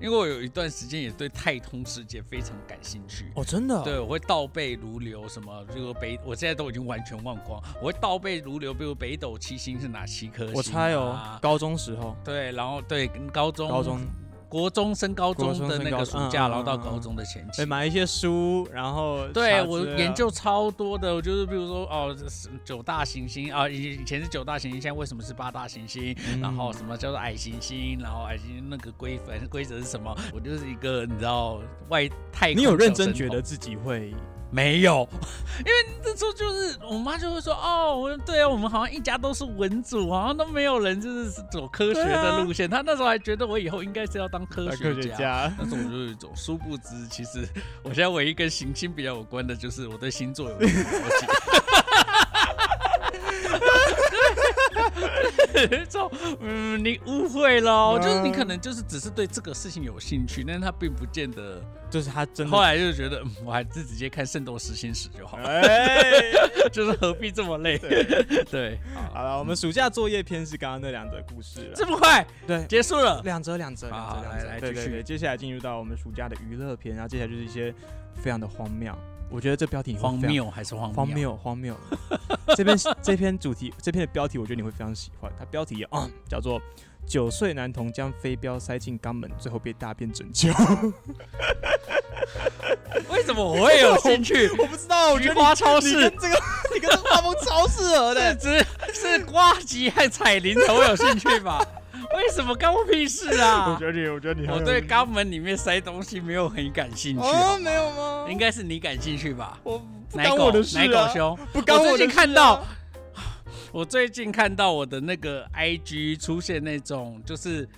因为我有一段时间也对太空世界非常感兴趣。哦，真的哦，对，我会倒背如流，什么这个北，我现在都已经完全忘光。我会倒背如流，比如北斗七星是哪七颗星、啊我猜哦，。高中时候，对，然后对，跟高中、高中国中升高国中中的升那高个暑中嗯假，嗯然后到嗯高嗯中的前期哎，，买一些书，然后对查我资料研究超多的，我就是比如说哦，这是九大行星啊，以以前是九大行星，现在为什么是八大行星？嗯然后什么叫做矮行星？然后矮行星那个规范规则是什么？我就是一个你知道外太空你有认小真神觉童得自己会没有，因为那时候就是我妈就会说哦，我对啊，我们好像一家都是文组，好像都没有人就是走科学的路线。她那时候还觉得我以后应该是要当科当学啊家。科学家？ (laughs) 那时候我就有一种，殊不知，其实我现在唯一跟行星比较有关的，就是我对星座有一点了 (laughs) (laughs) 解。这种，嗯，你误会了，就是嗯你可能就是只是对这个事情有兴趣，但是他并不见得。就是他真后的，来就觉得，嗯， (laughs) 我还是直接看《圣斗士星矢》就 (laughs) 好了，哎，就是何必这么累？ (laughs) 对，好了，我们暑假作业篇是刚刚那两则故事 (laughs) 了，这么快对，结束了。两则两则两好则两来来则，对继对续对，接下来进入到我们暑假的娱乐篇，然后接下来就是一些非常的荒谬，我觉得这标题你会荒非常谬还是荒荒谬？谬，荒 (laughs) 谬。这篇这篇主题，这篇的标题，我觉得你会非常喜欢。它标题啊、叫做“九岁男童将飞镖塞进肛门，最后被大便拯救为什么我会有兴 (laughs) 趣？” (laughs) 。我不知道，我菊觉得花超你市跟这 (laughs) 个你跟这个画风超适是合的。只是瓜吉和彩铃才会有兴趣 (laughs) 吧？为什么干我屁事啊？觉得 (laughs) 你，我觉得你我对肛门里面塞东西没有很感兴趣好哦，吗没有吗？应该是你感兴趣吧？我不奶干狗我的事奶狗啊，兄，不干我最的近事看啊到， (sighs) 我最近看到我的那个 IG 出现那种就是。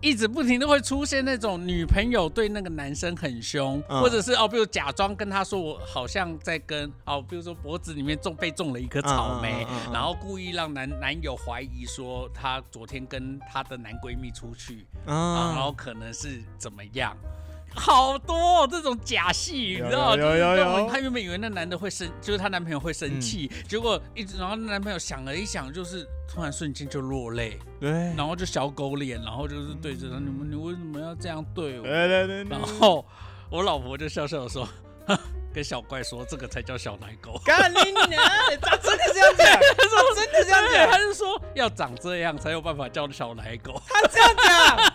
一直不停的会出现那种女朋友对那个男生很凶，嗯或者是哦，比如假装跟他说我好像在跟哦，比如说脖子里面中被中了一颗草莓，嗯嗯嗯嗯嗯然后故意让男男友怀疑说她昨天跟她的男闺蜜出去，啊然啊后可能是怎么样。好多哦、这种假戏，你有知道？有有有有她原本以为那男的会生，就是她男朋友会生气，结果一直，然后那男朋友想了一想，就是突然瞬间就落泪，对，然后就小狗脸，然后就是对着她，你们你为什么要这样对我？来来来然来，后我老婆就笑笑地说， (laughs) 呵跟小怪说这个才叫小奶 (laughs) 狗。干你娘！他真的这样讲，他真的这样对，讲。他就说要长这样才有办法叫小奶狗。他这样讲，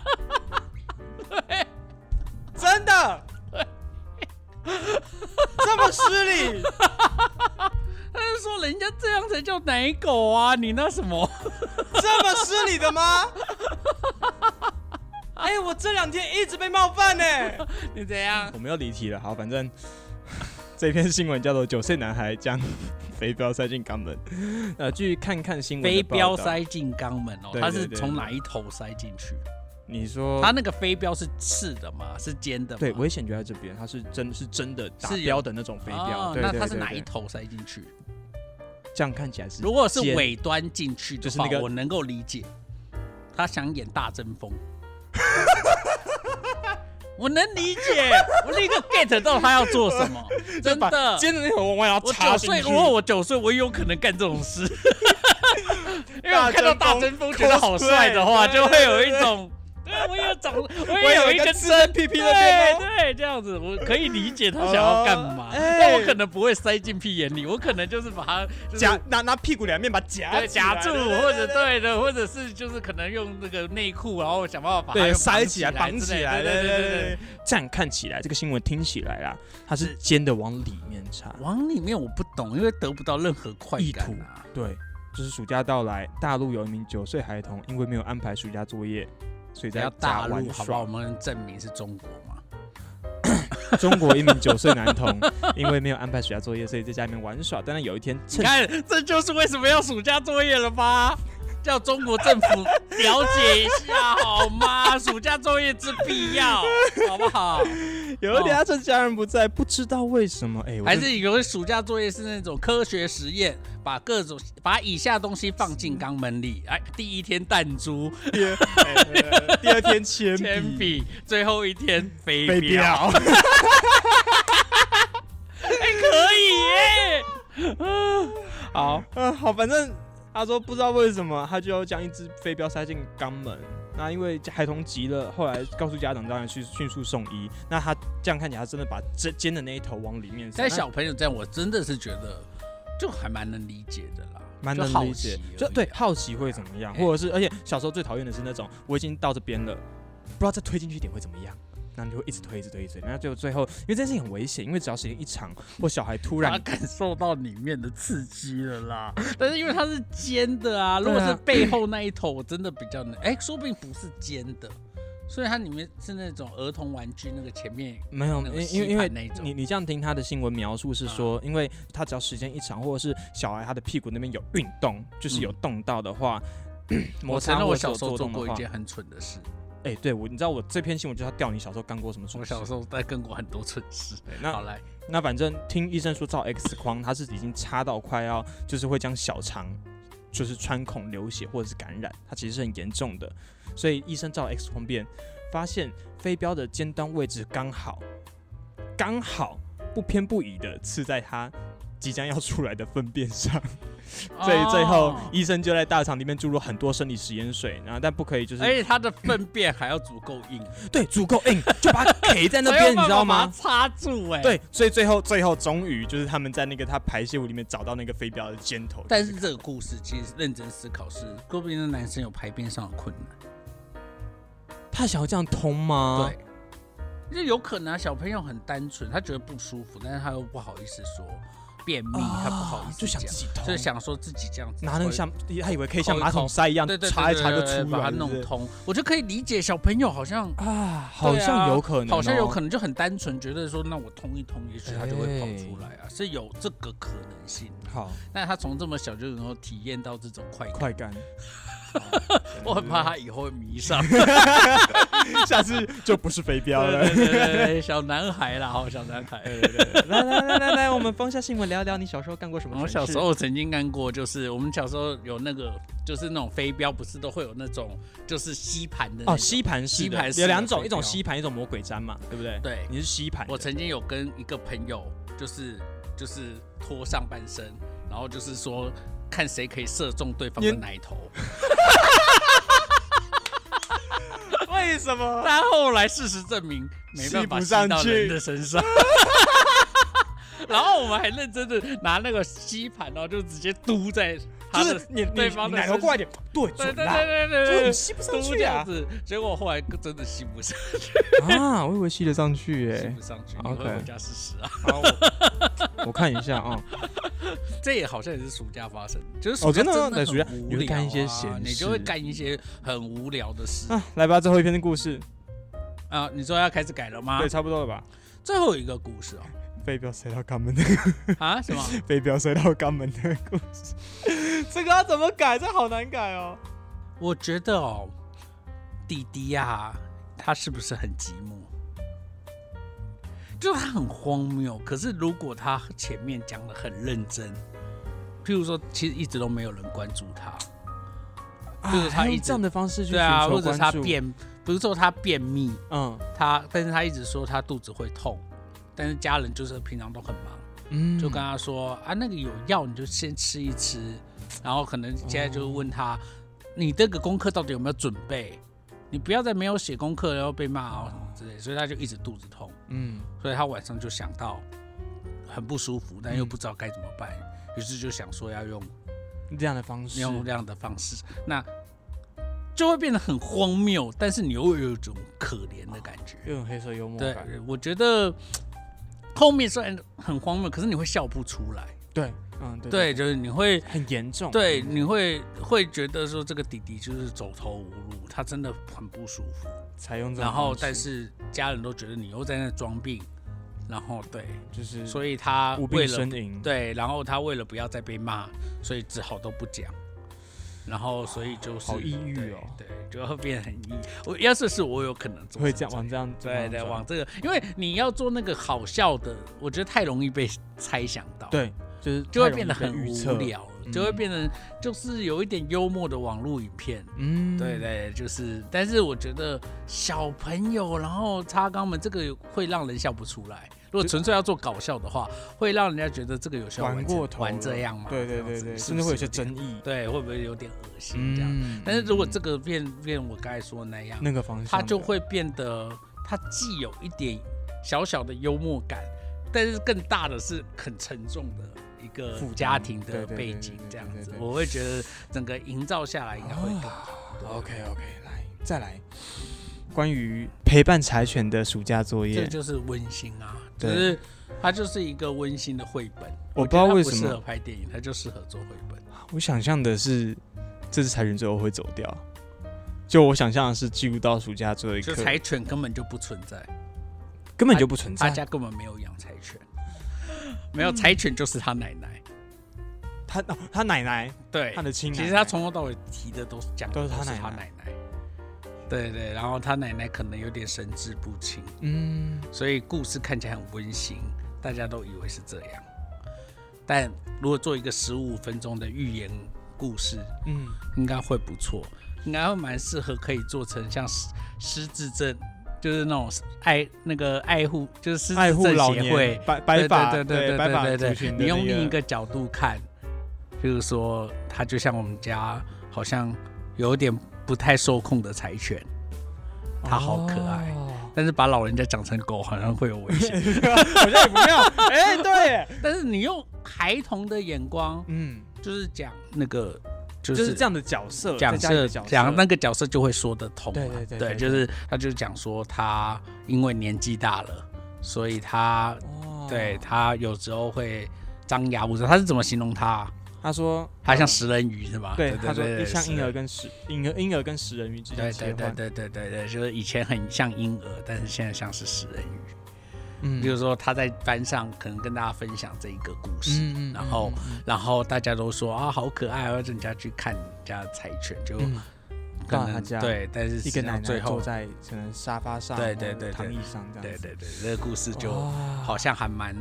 真的，这么失礼，他就说人家这样才叫奶狗啊，你那什么？这么失礼的吗？ (laughs) 哎、我这两天一直被冒犯呢、 (laughs) 你怎样？我们要离题了，好，反正 (laughs) 这篇新闻叫做“九岁男孩将肥镖塞进肛门”。 (laughs) 呃，据看看新闻，飞镖，塞进肛门哦，对它是对对从哪一头塞进去？你说它那个飞镖是刺的吗？是尖的吗？对危险就在这边，它是真是真的打是有标的那种飞镖，哦对啊那对它是对哪对一头塞进去？这样看起来是如果是尖尾端进去的就是话那，个我能够理解。他想演大争锋， (laughs) 我能理解，我立刻 get 到他要做什 (laughs) 么，真把的。尖的那头往外要我插九进岁，如去。果我九岁，我也有可能干这种 (laughs) 事，因为我看到大大针针锋锋觉得好帅的话， cosplay，就会有一对对对种，对我也长，我 (laughs) 我也也有有一一根根针针屁屁屁屁的的边边吗对，这样子我可以理解他想要干嘛哦，但我哎可能不会塞进屁眼里，我可能就是把它就是夹拿拿屁股两面把它夹对起来夹住，或者对的，或者是就是可能用那个内裤，然后想办法把它对又塞起起来绑之起类来，对对对对对对。这样看起来，这个新闻听起来啦，它是尖的往里面插。往里面我不懂，因为得不到任何快意感图啊。对，就是暑假到来，大陆有一名九岁孩童因为没有安排暑假作业，所以不在要家大陆玩好不好？我耍。们证明是中国嘛。中国一名九岁男 (laughs) 童因为没有安排暑假作业，所以在家里面玩耍。但是有一天你趁看，这就是为什么要暑假作业了吧？叫中国政府了解一下好吗？暑假作业之必要，好不好？有一天他趁家人不在，不知道为什么，哎、我哦还真是以为暑假作业是那种科学实验，把各种把以下东西放进肛门里，哎，第一天弹珠、第 (laughs) 二、哎第二天铅铅笔，最后一天飞被镖，标，可 (laughs) 以耶！啊好，嗯，好，反正他说不知道为什么，他就要将一只飞镖塞进肛门。那因为孩童急了，后来告诉家长，当然去迅速送医。那他这样看起来，他真的把尖尖的那一头往里面塞。在小朋友这样，我真的是觉得就还蛮能理解的啦，那蛮就能好理解奇，而就已对啊好奇会怎么样，哎或者是而且小时候最讨厌的是那种我已经到这边了，不知道再推进去一点会怎么样。那你就会一直推，一直推，一直推，那就最后，因为这件事情很危险，因为只要时间一长，或小孩突然嗯他感受到里面的刺激了啦。但是因为它是尖的啊，对如啊果是背后那一头，我真的比较能，哎、说不定不是尖的，所以它里面是那种儿童玩具那个前面没有，那种因因为因吸为盘那种嗯你你这样听他的新闻描述是说，因为他只要时间一长，或者是小孩他的屁股那边有运动，就是有动到的话，嗯摩我承擦认或我者小有时候做做动的过一话，件很蠢的事，哎、对我你知道我这篇新闻就是他调你小时候干过什么蠢我事小时候在跟过很多蠢 (laughs) 事。对好那来，那反正听医生说照 X 光，他是已经插到快要就是会将小肠就是穿孔流血或者是感染，它其实是很严重的，所以医生照 X 光片发现飞镖的尖端位置刚好刚好不偏不倚的刺在他即将要出来的粪便上，所以最后哦医生就在大肠里面注入很多生理食盐水，然后但不可以就是、而且它的粪便还要足够硬，对足够硬，就把它给在那才 (laughs) 边，有你知道办法吗把它？插住哎、。对，所以最后最后终于就是他们在那个他排泄物里面找到那个飞镖的尖头，但是这个故事其实认真思考是，说不定那男生有排便上的困难。他想要这样通吗？对，啊就有可能、啊、小朋友很单纯，他觉得不舒服，但是他又不好意思说便秘，啊，他不好意思就想自讲，己通，所以想说自己这样子拿那个会像他以为可抠以像一马抠桶塞一样对对对插一对插就对对出把来，它弄是不是通，我就可以理解小朋友好像啊，好像有可能哦，啊好像有可能就很单纯，觉得说那我通一通，也许他就会跑哎出来啊，是有这个可能性。好那他从这么小就能够体验到这种快感，快 (laughs) 干，我很怕他以后会迷 (laughs) 上。下次就不是飞镖了对。对对对对，小男孩啦，好小男孩。对对对来来来来来，我们放下新闻聊聊你小时候干过什么蠢我事？小时候曾经干过，就是我们小时候有那个，就是那种飞镖，不是都会有那种就是吸盘的那种哦，吸盘式吸的盘式的有两飞种，一种镖吸盘，一种魔鬼毡嘛，对不对？对，你是吸盘的，我曾经有跟一个朋友，就是就是脱上半身，然后就是说看谁可以射中对方的你奶 (laughs) 头。为 (laughs) 什么？但后来事实证明，没办法吸不上吸到去人的身 (laughs) 上。然后我们还认真的拿那个吸盘，然后就直接嘟在他就的是你对你方的奶头身过来一点，对对准对啦，对对就对是对你，吸不上嘟去这样啊子，结果后来真的吸不上，啊！我以为吸得上去吸哎不，上去，你 OK 会回家试试啊。好， (laughs) 我看一下啊，这也好像也是暑假发生的，就是暑哦假真的吗在很暑假无你会聊干一些啊，闲你就会事干一些很无聊的事啊，来吧，最后一篇的故事，啊。你说要开始改了吗对，？差不多了吧？最后一个故事哦，(laughs) 飞镖塞到肛门的， (laughs) 啊什么？飞镖塞到肛门的故事，这个要怎么改？这好难改哦。我觉得哦，弟弟呀、他是不是很寂寞？就他很荒谬，可是如果他前面讲的很认真，譬如说，其实一直都没有人关注他，(laughs) 啊就是他还用一直这样的方式去对寻啊，求或者是他关注，便，不是说他便秘，嗯他，但是他一直说他肚子会痛，但是家人就是平常都很忙，嗯，就跟他说、啊，那个有药你就先吃一吃，然后可能现在就问他，你这个功课到底有没有准备？你不要再没有写功课然后被骂哦什么之类，所以他就一直肚子痛，嗯所以他晚上就想到很不舒服，但又不知道该怎么办，于是就想说要用嗯这样的方式，用这样的方式，那就会变得很荒谬，但是你又有一种可怜的感觉。又有黑色幽默对感，，我觉得后面虽然很荒谬，可是你会笑不出来。对，嗯对对，，就是你会，很严重，对，你会会觉得说这个弟弟就是走投无路，他真的很不舒服。采用这种然后，方但式是家人都觉得你又在那装病，然后对，就是所以他嗯无为病了呻吟。，对，然后他为了不要再被骂，所以只好都不讲。然后，所以就是好抑郁哦对，对就会变得很抑郁。我要是是我有可能做会成这样往这样对对，往往这个，因为你要做那个好笑的，我觉得太容易被猜想到，，对，就是就会太容变易得被很预无测。聊，嗯就会变成就是有一点幽默的网络影片。嗯，对对，就是，但是我觉得小朋友然后插肛门这个会让人笑不出来。如果纯粹要做搞笑的话，会让人家觉得这个有效玩这过头玩了这样吗？对这对样对子对，是甚不至是会有些有点争议。对，会不会有点恶心这样？嗯，但是如果这嗯个变变我刚才说的那样，那个方向的，它就会变得，它既有一点小小的幽默感，但是更大的是很沉重的一个负担家庭嗯对的对对背对景对这样对子对。对我会觉得整个营造下来应该会更啊好。对 OK OK，来再来，关于陪伴柴犬的暑假作这业，就是温馨啊，就对是它就是一个温馨的绘本。我觉不知得道它为不什适合么，拍电影，它就适合做绘本。我想象的是这只柴犬最后会走掉，就我想象的是进入到暑假最后一就刻，嗯柴犬根本就不存在，根本就不存他在。家根本没有养柴犬，没嗯有柴犬就是他奶奶。他哦他奶奶，对他，的亲奶奶，其实他从头到尾提的都是讲的都是他他奶奶奶奶。对对，然后他奶奶可能有点神志不清，嗯，所以故事看起来很温馨，大家都以为是这样。但如果做一个十五分钟的寓言故事，嗯，应该会不错，应该会蛮适合可以做成像失失智症，就是那种爱那个爱护，就是失爱智护症老协会年，白白发，对对对白对发对族对群的你用那另一个角度看，比如说，它就像我们家好像有点不太受控的柴犬，它好可爱，哦但是把老人家讲成狗好像会有危险。 (laughs) 好像也不妙，哎，对，但是你用孩童的眼光，嗯，就是讲那个，就就是是这样的角色，讲在家里这的角色，讲那个角色就会说得通嘛。对对对对就是他就讲说他因为年纪大了，所以他哦对，他有时候会张牙舞爪。他是怎么形容他啊？他说他像嗯食人鱼是吧？对，他说对像食婴儿人跟食婴儿婴儿跟食人鱼之间对切对对换，对对对对，就是以前很像婴儿，但是现在像是食人鱼。嗯比如说他在班上可能跟大家分享这一个故事，嗯然后然后大家都说啊好可爱哦，要人家去看人家柴犬，就嗯可到他能家对，但是实一个际奶上最奶坐后在可能沙发上，对对或者对对躺椅上这对样子，对对，这个故事就哇好像还蛮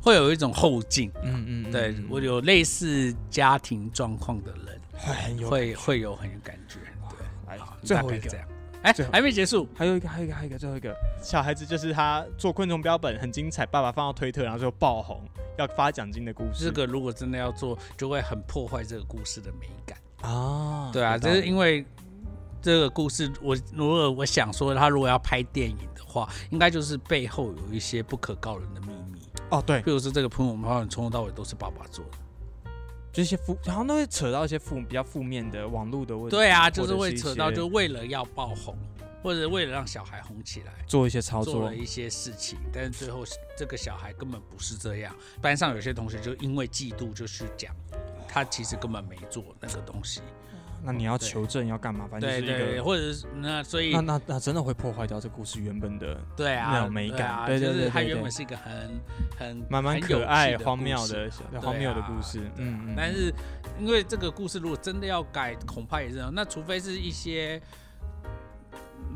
会有一种后劲。嗯嗯嗯对嗯我有类似家庭状况的人，会很有会会有很有感觉。对，来好最大后概一这个。样。哎最，后嗯还没结束，还有一个，还有一个，还有一个，最后一个小孩子就是他做昆虫标本很精彩，爸爸放到推特，然后就爆红，要发奖金的故事。这个如果真的要做，就会很破坏这个故事的美感。啊，对啊，有道就理是因为这个故事，我如果我想说，他如果要拍电影的话，应该就是背后有一些不可告人的秘密。哦，对，比如说这个朋友们从头到尾都是爸爸做的。就是一些负，然后那会扯到一些负比较负面的网络的问题。对啊，就或是者会一扯到，些就为了要爆红，或者为了让小孩红起来。做一些操做作了。一些事情，但是最后这个小孩根本不是这样。班上有些同学就因为嫉妒就去讲，他其实根本没做那个东西。那你要对求证要干嘛？反正对就是一个对，或者是那所以那那那真的会破坏掉这故事原本的，对啊，那种美感啊，对对就对是对他对原本是一个很很蛮很蛮有可趣爱、的荒故谬事的对啊荒谬的故事。对啊嗯嗯，但是因为这个故事如果真的要改，恐怕也是这样那除非是一些，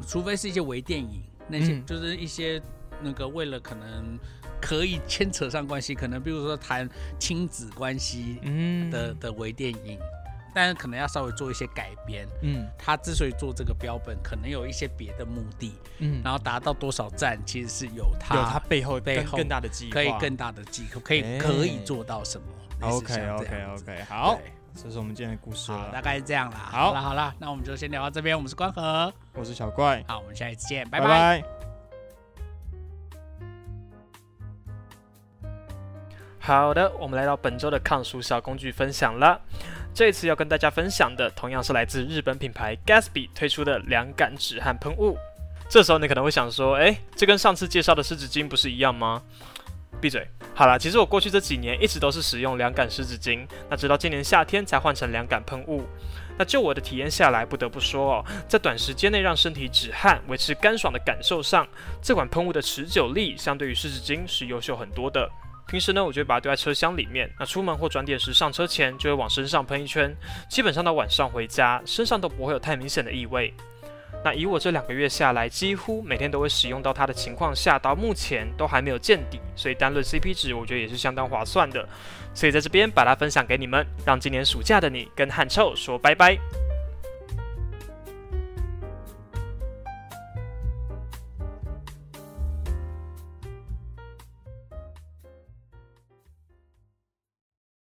除非是一些微电影，那些、嗯就是一些那个为了可能可以牵扯上关系，可能比如说谈亲子关系嗯的、的微电影，但是可能要稍微做一些改编。嗯他之所以做这个标本，可能有一些别的目的，嗯，然后达到多少赞，其实是有他有它背后背更后更大的计划，可以更大的计，可以、哎可以做到什么。类似 OK 像这 OK 样子 OK，好对，这是我们今天的故事好，了大。概是这样啦。好啦，好啦，那我们就先聊到这边。我们是光和，我是小怪，好，我们下一次见，拜拜拜。好的，我们来到本周的抗暑小工具分享啦。这次要跟大家分享的，同样是来自日本品牌 Gatsby 推出的凉感止汗喷雾。这时候你可能会想说，诶，这跟上次介绍的湿纸巾不是一样吗？闭嘴。好啦，其实我过去这几年一直都是使用凉感湿纸巾，那直到今年夏天才换成凉感喷雾。那就我的体验下来，不得不说哦，在短时间内让身体止汗、维持干爽的感受上，这款喷雾的持久力相对于湿纸巾是优秀很多的。平时呢，我就会把它丢在车厢里面。那出门或转点时，上车前就会往身上喷一圈，基本上到晚上回家，身上都不会有太明显的异味。那以我这两个月下来，几乎每天都会使用到它的情况下，到目前都还没有见底，所以单论 CP 值，我觉得也是相当划算的。所以在这边把它分享给你们，让今年暑假的你跟汗臭说拜拜。